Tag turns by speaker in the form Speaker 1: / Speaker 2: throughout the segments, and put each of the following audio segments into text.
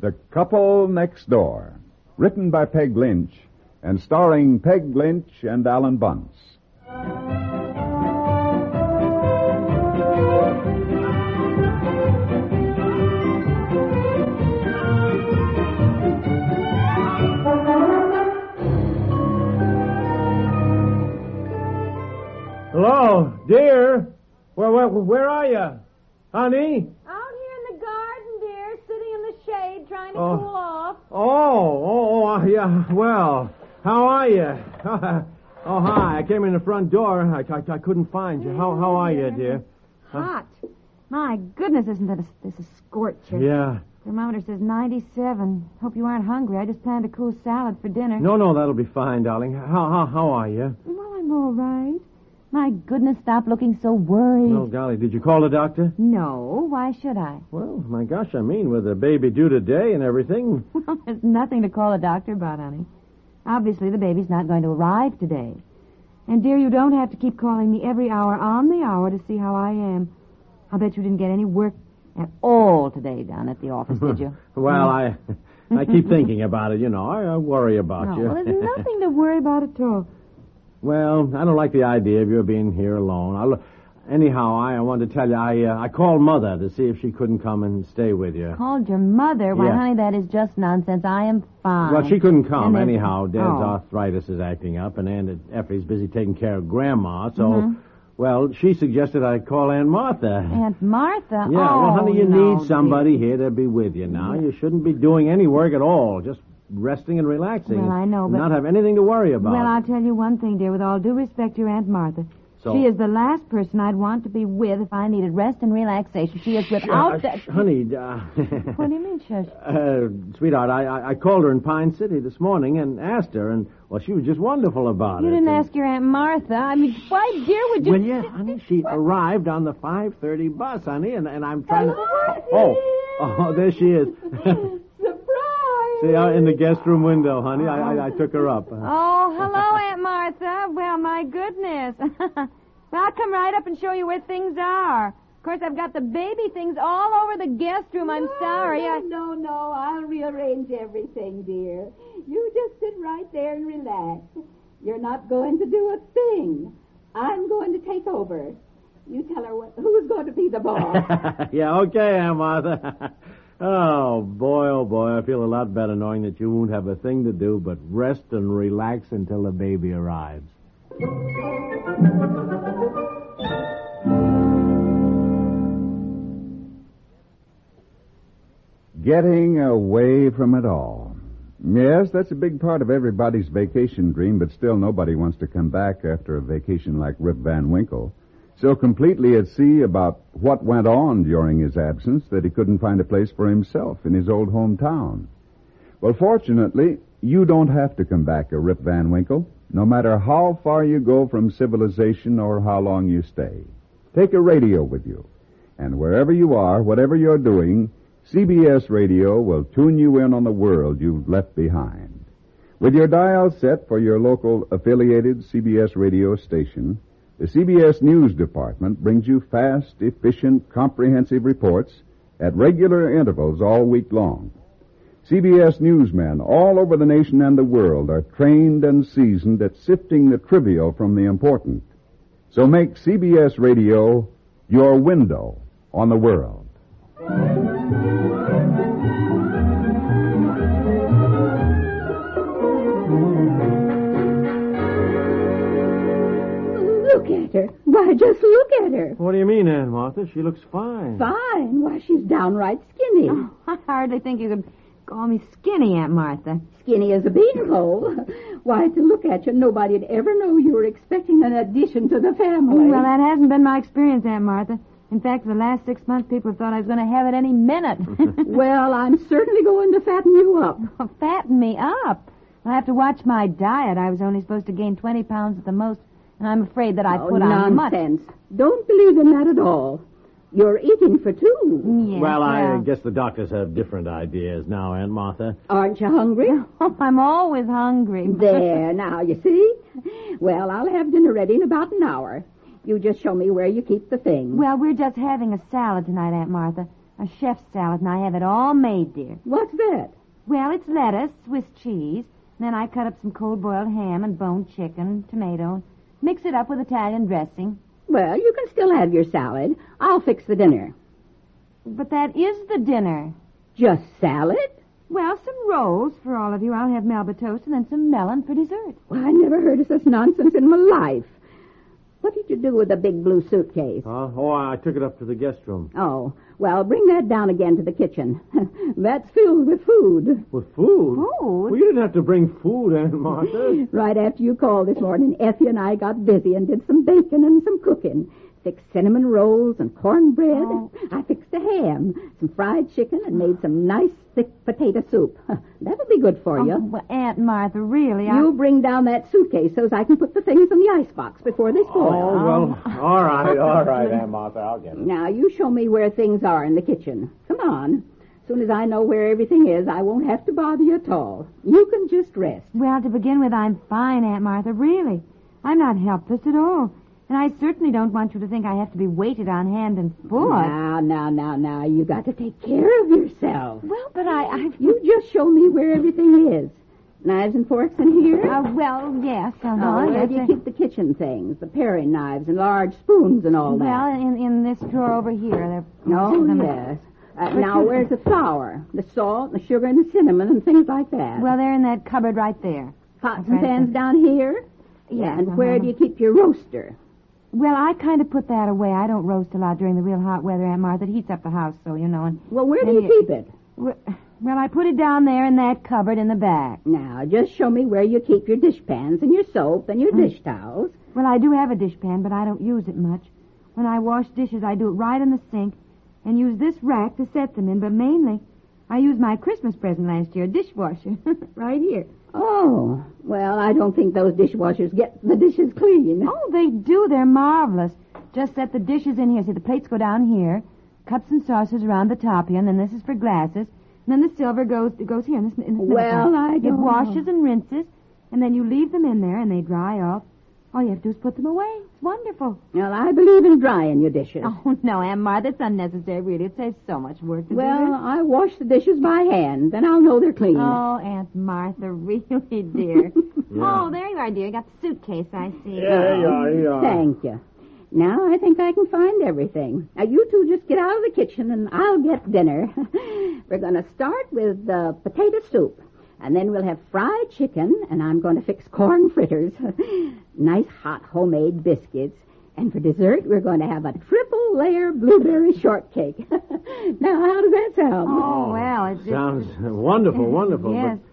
Speaker 1: The Couple Next Door, written by Peg Lynch and starring Peg Lynch and Alan Bunce.
Speaker 2: Hello, dear. Where where, where are you, honey?
Speaker 3: Out here in the garden, dear, sitting in the shade trying to
Speaker 2: Oh.
Speaker 3: cool off.
Speaker 2: Oh, oh, oh, yeah. Well, how are you? oh, hi. I came in the front door. I, I, I couldn't find you. How how are you, dear?
Speaker 4: Hot. My goodness, isn't that a, this a scorcher?
Speaker 2: Yeah.
Speaker 4: Thermometer says 97. Hope you aren't hungry. I just planned a cool salad for dinner.
Speaker 2: No, no, that'll be fine, darling. How how how are you?
Speaker 4: Well, I'm all right. My goodness, stop looking so worried.
Speaker 2: Oh, golly, did you call the doctor?
Speaker 4: No, why should I?
Speaker 2: Well, my gosh, I mean, with the baby due today and everything.
Speaker 4: Well, there's nothing to call a doctor about, honey. Obviously, the baby's not going to arrive today. And, dear, you don't have to keep calling me every hour on the hour to see how I am. I'll bet you didn't get any work at all today down at the office, did you?
Speaker 2: Well, I I keep thinking about it, you know. I, I worry about
Speaker 4: No,
Speaker 2: you.
Speaker 4: well, there's nothing to worry about at all.
Speaker 2: Well, I don't like the idea of your being here alone. I'll, anyhow, I, I wanted to tell you, I uh, I called Mother to see if she couldn't come and stay with you.
Speaker 4: Called your mother? Why,
Speaker 2: Yeah.
Speaker 4: honey, that is just nonsense. I am fine.
Speaker 2: Well, she couldn't come
Speaker 4: And then-
Speaker 2: anyhow. Dad's
Speaker 4: Oh.
Speaker 2: arthritis is acting up, and Aunt Effie's busy taking care of Grandma. So,
Speaker 4: Mm-hmm.
Speaker 2: well, she suggested I call Aunt Martha.
Speaker 4: Aunt Martha?
Speaker 2: yeah,
Speaker 4: oh,
Speaker 2: well, honey, you
Speaker 4: no,
Speaker 2: need somebody here to be with you now. You shouldn't be doing any work at all, just resting and relaxing.
Speaker 4: Well, I know,
Speaker 2: and
Speaker 4: but-
Speaker 2: not have anything to worry
Speaker 4: dear.
Speaker 2: about.
Speaker 4: Well, I'll tell you one thing, dear, with all due respect to your Aunt Martha.
Speaker 2: So-
Speaker 4: She is the last person I'd want to be with if I needed rest and relaxation. She is without
Speaker 2: Uh,
Speaker 4: that.
Speaker 2: sh- honey, uh,
Speaker 4: What do you mean, shush?
Speaker 2: Uh, sweetheart, I, I I called her in Pine City this morning and asked her, and well, she was just wonderful about
Speaker 4: You
Speaker 2: it.
Speaker 4: didn't
Speaker 2: and-
Speaker 4: ask your Aunt Martha. I mean, why, dear, would you?
Speaker 2: uh, Well, yeah, honey, she arrived on the five thirty bus, honey, and, and I'm trying to. Oh, oh, there she is.
Speaker 3: Surprise!
Speaker 2: See, out in the guest room window, honey. I I, I took her up.
Speaker 4: Oh, hello, Aunt Martha. Well, my goodness. well, I'll come right up and show you where things are. Of course, I've got the baby things all over the guest room. I'm sorry.
Speaker 3: No,
Speaker 4: I...
Speaker 3: no, no. I'll rearrange everything, dear. You just sit right there and relax. You're not going to do a thing. I'm going to take over. You tell her what, who's going to be the boss.
Speaker 2: yeah, okay, Aunt Martha. oh boy, oh boy, I feel a lot better knowing that you won't have a thing to do but rest and relax until the baby arrives.
Speaker 1: Getting away from it all. Yes, that's a big part of everybody's vacation dream, but still nobody wants to come back after a vacation like Rip Van Winkle. So completely at sea about what went on during his absence that he couldn't find a place for himself in his old hometown. Well, fortunately, you don't have to come back a Rip Van Winkle, no matter how far you go from civilization or how long you stay. Take a radio with you. And wherever you are, whatever you're doing, CBS Radio will tune you in on the world you've left behind. With your dial set for your local affiliated CBS radio station, the CBS News Department brings you fast, efficient, comprehensive reports at regular intervals all week long. CBS newsmen all over the nation and the world are trained and seasoned at sifting the trivial from the important. So make CBS Radio your window on the world.
Speaker 3: Look at her. Why, just look at her.
Speaker 2: What do you mean, Aunt Martha? She looks fine.
Speaker 3: Fine. Why, she's downright skinny.
Speaker 4: Oh, I hardly think you could call me skinny, Aunt Martha.
Speaker 3: Skinny as a beanpole. Why, to look at you, nobody'd ever know you were expecting an addition to the family.
Speaker 4: Well, that hasn't been my experience, Aunt Martha. In fact, for the last six months, people have thought I was going to have it any minute.
Speaker 3: Well, I'm certainly going to fatten you up.
Speaker 4: Well, fatten me up. I'll have to watch my diet. I was only supposed to gain 20 pounds at the most, and I'm afraid that I
Speaker 3: oh,
Speaker 4: put on much.
Speaker 3: nonsense. Don't believe in that at all. You're eating for two.
Speaker 4: Yes,
Speaker 2: well, I
Speaker 4: well.
Speaker 2: guess the doctors have different ideas now, Aunt Martha.
Speaker 3: Aren't you hungry?
Speaker 4: Oh, I'm always hungry.
Speaker 3: There, now, you see? Well, I'll have dinner ready in about an hour. You just show me where you keep the thing.
Speaker 4: Well, we're just having a salad tonight, Aunt Martha. A chef's salad, and I have it all made, dear.
Speaker 3: What's that?
Speaker 4: Well, it's lettuce, Swiss cheese, and then I cut up some cold boiled ham and boned chicken, tomato, and mix it up with Italian dressing.
Speaker 3: Well, you can still have your salad. I'll fix the dinner.
Speaker 4: But that is the dinner.
Speaker 3: Just salad?
Speaker 4: Well, some rolls for all of you. I'll have Melba toast and then some melon for dessert.
Speaker 3: Well, I never heard of such nonsense in my life. What did you do with the big blue suitcase?
Speaker 2: Huh? Oh, I took it up to the guest room.
Speaker 3: Oh, well, bring that down again to the kitchen. That's filled with food.
Speaker 2: With food?
Speaker 4: Food?
Speaker 2: Well, you didn't have to bring food, Aunt Martha.
Speaker 3: Right after you called this morning, Effie and I got busy and did some bacon and some cooking. Fixed cinnamon rolls and cornbread. I fixed a ham, some fried chicken, and made some nice thick potato soup. That'll be good for
Speaker 4: Oh,
Speaker 3: you.
Speaker 4: well, Aunt Martha, really,
Speaker 3: You bring down that suitcase so's I can put the things in the icebox before they spoil.
Speaker 2: oh, well, all right, all right, Aunt Martha. I'll get it.
Speaker 3: Now, you show me where things are in the kitchen. Come on. As soon as I know where everything is, I won't have to bother you at all. You can just rest.
Speaker 4: I... Well, to begin with, I'm fine, Aunt Martha, really. I'm not helpless at all. And I certainly don't want you to think I have to be waited on hand and foot.
Speaker 3: Now, now, now, now, you got to take care of yourself.
Speaker 4: Well, but I... I...
Speaker 3: You just show me where everything is. Knives and forks in here?
Speaker 4: Uh, well, yes. Uh-huh,
Speaker 3: oh, where
Speaker 4: yes,
Speaker 3: do you
Speaker 4: uh,
Speaker 3: keep the kitchen things? The paring knives and large spoons and all
Speaker 4: Well,
Speaker 3: that. Oh,
Speaker 4: in, in this drawer over here. There,
Speaker 3: No,
Speaker 4: them-
Speaker 3: yes. Uh, now, where's the flour, the salt, the sugar, and the cinnamon, and things like that?
Speaker 4: Well, they're in that cupboard right there. uh-huh.
Speaker 3: pots
Speaker 4: right.
Speaker 3: and pans down here. Yeah, and where do you keep your roaster?
Speaker 4: Well, I kind of put that away. I don't roast a lot during the real hot weather, Aunt Martha. It heats up the house, so, you know. And,
Speaker 3: Well, where do
Speaker 4: And
Speaker 3: you
Speaker 4: you-
Speaker 3: keep it?
Speaker 4: well, I put it down there in that cupboard in the back.
Speaker 3: Now, just show me where you keep your dish pans and your soap and your
Speaker 4: Mm.
Speaker 3: dish towels.
Speaker 4: Well, I do have a dishpan, but I don't use it much. When I wash dishes, I do it right in the sink and use this rack to set them in, but mainly I use my Christmas present last year, a dishwasher, right here.
Speaker 3: Oh, well, I don't think those dishwashers get the dishes clean.
Speaker 4: Oh, they do. They're marvelous. Just set the dishes in here. See, the plates go down here, cups and saucers around the top here, and then this is for glasses. And then the silver goes goes here. In this, in this middle
Speaker 3: Well,
Speaker 4: part.
Speaker 3: I
Speaker 4: It
Speaker 3: don't
Speaker 4: washes and rinses, and then you leave them in there, and they dry off. All you have to do is put them away. It's wonderful.
Speaker 3: Well, I believe in drying your dishes.
Speaker 4: Oh, no, Aunt Martha, it's unnecessary, really. It saves so much work to do
Speaker 3: Well,
Speaker 4: this.
Speaker 3: I wash the dishes by hand, then I'll know they're clean.
Speaker 4: Oh, Aunt Martha, really, dear. Oh, there you are, dear. You got the suitcase, I see.
Speaker 2: there you are, here you are.
Speaker 3: Thank you. Now I think I can find everything. Now you two just get out of the kitchen and I'll get dinner. We're going to start with the potato soup. And then we'll have fried chicken and I'm going to fix corn fritters. nice hot homemade biscuits. And for dessert, we're going to have a triple layer blueberry shortcake. now, how does that sound?
Speaker 4: Oh, well, it's just...
Speaker 2: Sounds wonderful, wonderful.
Speaker 4: Yes. Hmm.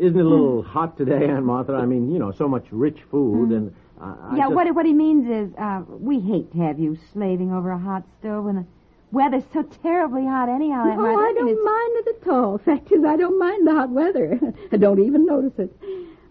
Speaker 2: But isn't it a little hot today, Aunt Martha? I mean, you know, so much rich food and. I, I
Speaker 4: Yeah,
Speaker 2: just-
Speaker 4: what, what he means is, uh, we hate to have you slaving over a hot stove when the weather's so terribly hot anyhow. Aunt
Speaker 3: Oh,
Speaker 4: Martha.
Speaker 3: I
Speaker 4: It's-
Speaker 3: don't mind it at all. Fact is, I don't mind the hot weather. I don't even notice it.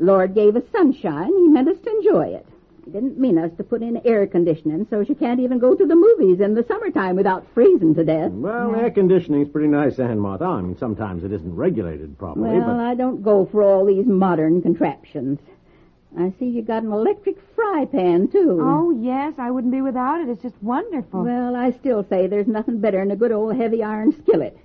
Speaker 3: Lord gave us sunshine. He meant us to enjoy it. Didn't mean us to put in air conditioning, so she can't even go to the movies in the summertime without freezing to death.
Speaker 2: Well, air conditioning's pretty nice, Aunt Martha. I mean, sometimes it isn't regulated properly,
Speaker 3: Well, I don't go for all these modern contraptions. I see you got an electric fry pan, too.
Speaker 4: Oh, yes, I wouldn't be without it. It's just wonderful.
Speaker 3: Well, I still say there's nothing better than a good old heavy iron skillet.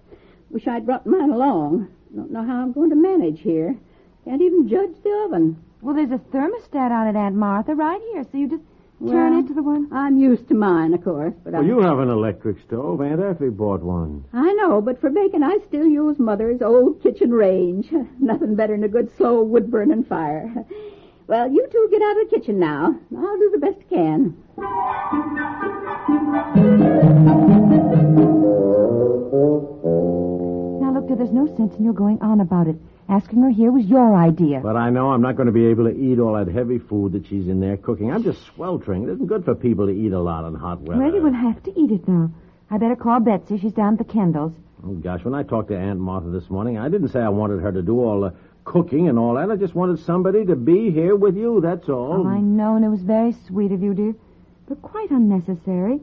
Speaker 3: Wish I'd brought mine along. Don't know how I'm going to manage here. Can't even judge the oven.
Speaker 4: Well, there's a thermostat on it, Aunt Martha, right here. So you just turn
Speaker 3: Well,
Speaker 4: it to the one.
Speaker 3: I'm used to mine, of course, but
Speaker 2: but
Speaker 3: I,
Speaker 2: you have an electric stove. Aunt Effie bought one.
Speaker 3: I know, but for baking, I still use Mother's old kitchen range. nothing better than a good slow wood burning fire. Well, you two get out of the kitchen now. I'll do the best I can.
Speaker 4: Now, look, dear, there's no sense in your going on about it. Asking her here was your idea.
Speaker 2: But I know I'm not going to be able to eat all that heavy food that she's in there cooking. I'm just sweltering. It isn't good for people to eat a lot in hot weather.
Speaker 4: Well, you will have to eat it now. I better call Betsy. She's down at the Kendalls.
Speaker 2: Oh, gosh, when I talked to Aunt Martha this morning, I didn't say I wanted her to do all the cooking and all that. I just wanted somebody to be here with you, that's all.
Speaker 4: Oh, I know, and it was very sweet of you, dear, but quite unnecessary.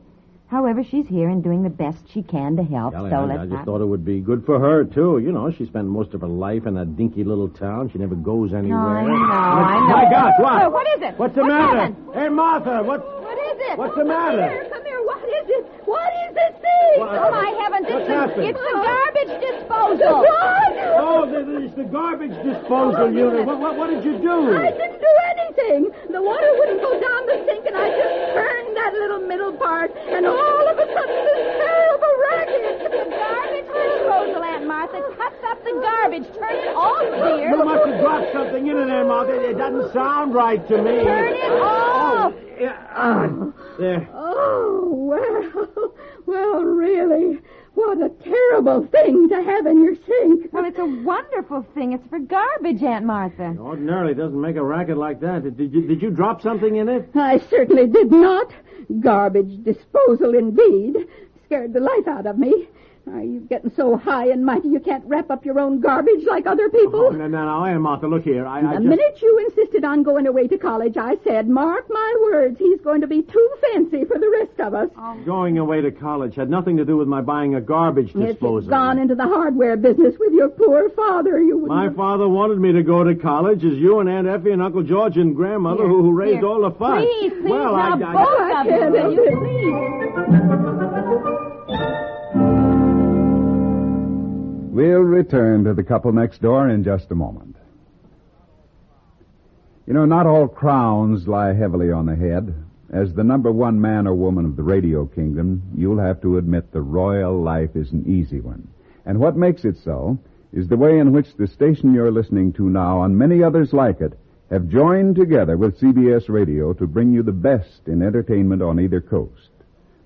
Speaker 4: However, she's here and doing the best she can to help,
Speaker 2: Golly,
Speaker 4: so
Speaker 2: I,
Speaker 4: let's
Speaker 2: I just
Speaker 4: not...
Speaker 2: thought it would be good for her, too. You know, she spent most of her life in that dinky little town. She never goes anywhere. Oh,
Speaker 4: I know, I know.
Speaker 2: My God,
Speaker 4: Well,
Speaker 2: what?
Speaker 4: what is it?
Speaker 2: What's the
Speaker 4: What's
Speaker 2: matter?
Speaker 4: happened?
Speaker 2: Hey, Martha, what?
Speaker 3: What is it?
Speaker 2: What's the matter?
Speaker 3: Come here, what is it? What is this thing?
Speaker 2: What? Oh, my heavens, it's What's the- happened? it's
Speaker 3: the garbage disposal. What?
Speaker 2: Oh, th- th- it's the garbage disposal unit. What, what, what did you do?
Speaker 3: I didn't do anything. The water wouldn't go down the sink, and I just turned that little middle part, and all of a sudden, this terrible racket. The garbage disposal, Aunt Martha. Cut up the garbage. Turn it off, dear.
Speaker 2: You must have dropped something in there, Martha. It doesn't sound right to me.
Speaker 3: Turn it
Speaker 2: Oh.
Speaker 3: off.
Speaker 2: Yeah, ah, there.
Speaker 3: Oh, well, well, really. What a terrible thing to have in your sink.
Speaker 4: Well, it's a wonderful thing. It's for garbage, Aunt Martha.
Speaker 2: Ordinarily, it doesn't make a racket like that. Did, did you, did you drop something in it?
Speaker 3: I certainly did not. Garbage disposal, indeed. Scared the life out of me. Are you getting so high and mighty you can't wrap up your own garbage like other people?
Speaker 2: Oh, no, no, no, Aunt Martha, look here. I, I
Speaker 3: The
Speaker 2: just...
Speaker 3: minute you insisted on going away to college, I said, mark my words, he's going to be too fancy for the rest of us.
Speaker 2: Going away to college had nothing to do with my buying a garbage
Speaker 3: if
Speaker 2: disposal.
Speaker 3: you'd gone into the hardware business with your poor father, you would
Speaker 2: My father wanted me to go to college, as you and Aunt Effie and Uncle George and Grandmother, who, who raised all the fuss.
Speaker 4: Please, please,
Speaker 2: well, I,
Speaker 4: now,
Speaker 2: I-
Speaker 4: both
Speaker 3: I can't help it.
Speaker 1: We'll return to the couple next door in just a moment. You know, not all crowns lie heavily on the head. As the number one man or woman of the radio kingdom, you'll have to admit the royal life is an easy one. And what makes it so is the way in which the station you're listening to now and many others like it have joined together with CBS Radio to bring you the best in entertainment on either coast.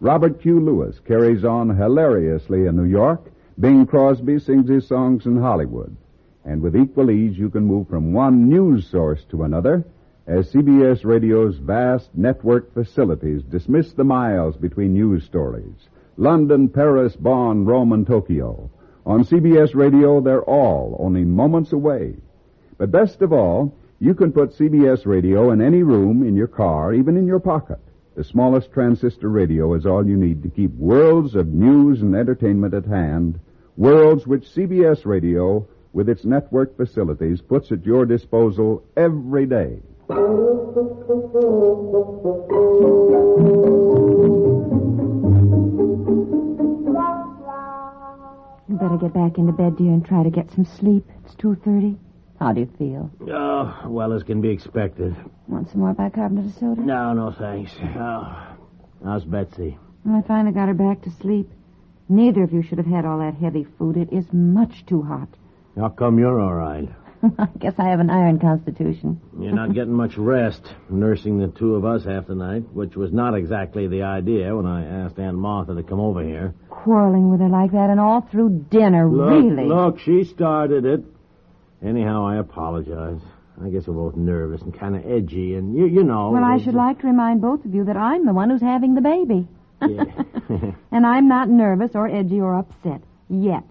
Speaker 1: Robert Q. Lewis carries on hilariously in New York. Bing Crosby sings his songs in Hollywood. And with equal ease, you can move from one news source to another as CBS Radio's vast network facilities dismiss the miles between news stories. London, Paris, Bonn, Rome, and Tokyo. On CBS Radio, they're all only moments away. But best of all, you can put CBS radio in any room, in your car, even in your pocket. The smallest transistor radio is all you need to keep worlds of news and entertainment at hand, worlds which CBS radio, with its network facilities, puts at your disposal every day.
Speaker 4: You better get back into bed, dear, and try to get some sleep. It's 2.30. How do you feel?
Speaker 2: Oh, well, as can be expected.
Speaker 4: Want some more bicarbonate of soda?
Speaker 2: No, no, thanks. Oh, how's Betsy?
Speaker 4: Well, I finally got her back to sleep. Neither of you should have had all that heavy food. It is much too hot.
Speaker 2: How come you're all right?
Speaker 4: I guess I have an iron constitution.
Speaker 2: You're not getting much rest, nursing the two of us half the night, which was not exactly the idea when I asked Aunt Martha to come over here.
Speaker 4: Quarreling with her like that and all through dinner,
Speaker 2: Look,
Speaker 4: really.
Speaker 2: look, she started it. Anyhow, I apologize. I guess we're both nervous and kind of edgy, and you, you know.
Speaker 4: Well, I should like to remind both of you that I'm the one who's having the baby.
Speaker 2: Yeah.
Speaker 4: And I'm not nervous or edgy or upset. Yet.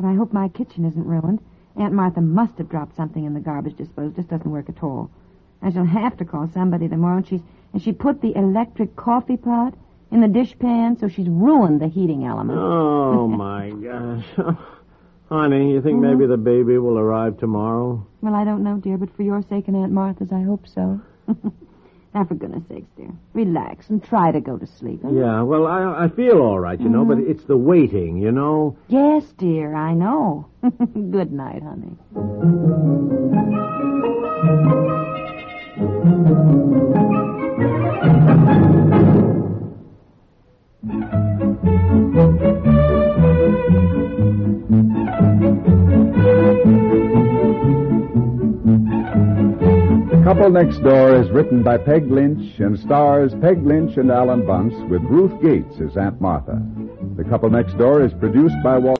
Speaker 4: But I hope my kitchen isn't ruined. Aunt Martha must have dropped something in the garbage disposal. It just doesn't work at all. I shall have to call somebody tomorrow. And she's and she put the electric coffee pot in the dishpan, so she's ruined the heating element.
Speaker 2: Oh, my gosh. Honey, you think
Speaker 1: Mm-hmm.
Speaker 2: maybe the baby will arrive tomorrow?
Speaker 4: Well, I don't know, dear, but for your sake and Aunt Martha's, I hope so. now, for goodness sakes, dear, relax and try to go to sleep. huh?
Speaker 2: Yeah, well, I, I feel all right, you know, but
Speaker 1: Mm-hmm.
Speaker 2: it's the waiting, you know?
Speaker 4: Yes, dear, I know. Good night, honey.
Speaker 1: Couple Next Door is written by Peg Lynch and stars Peg Lynch and Alan Bunce with Ruth Gates as Aunt Martha. The Couple Next Door is produced by Walt.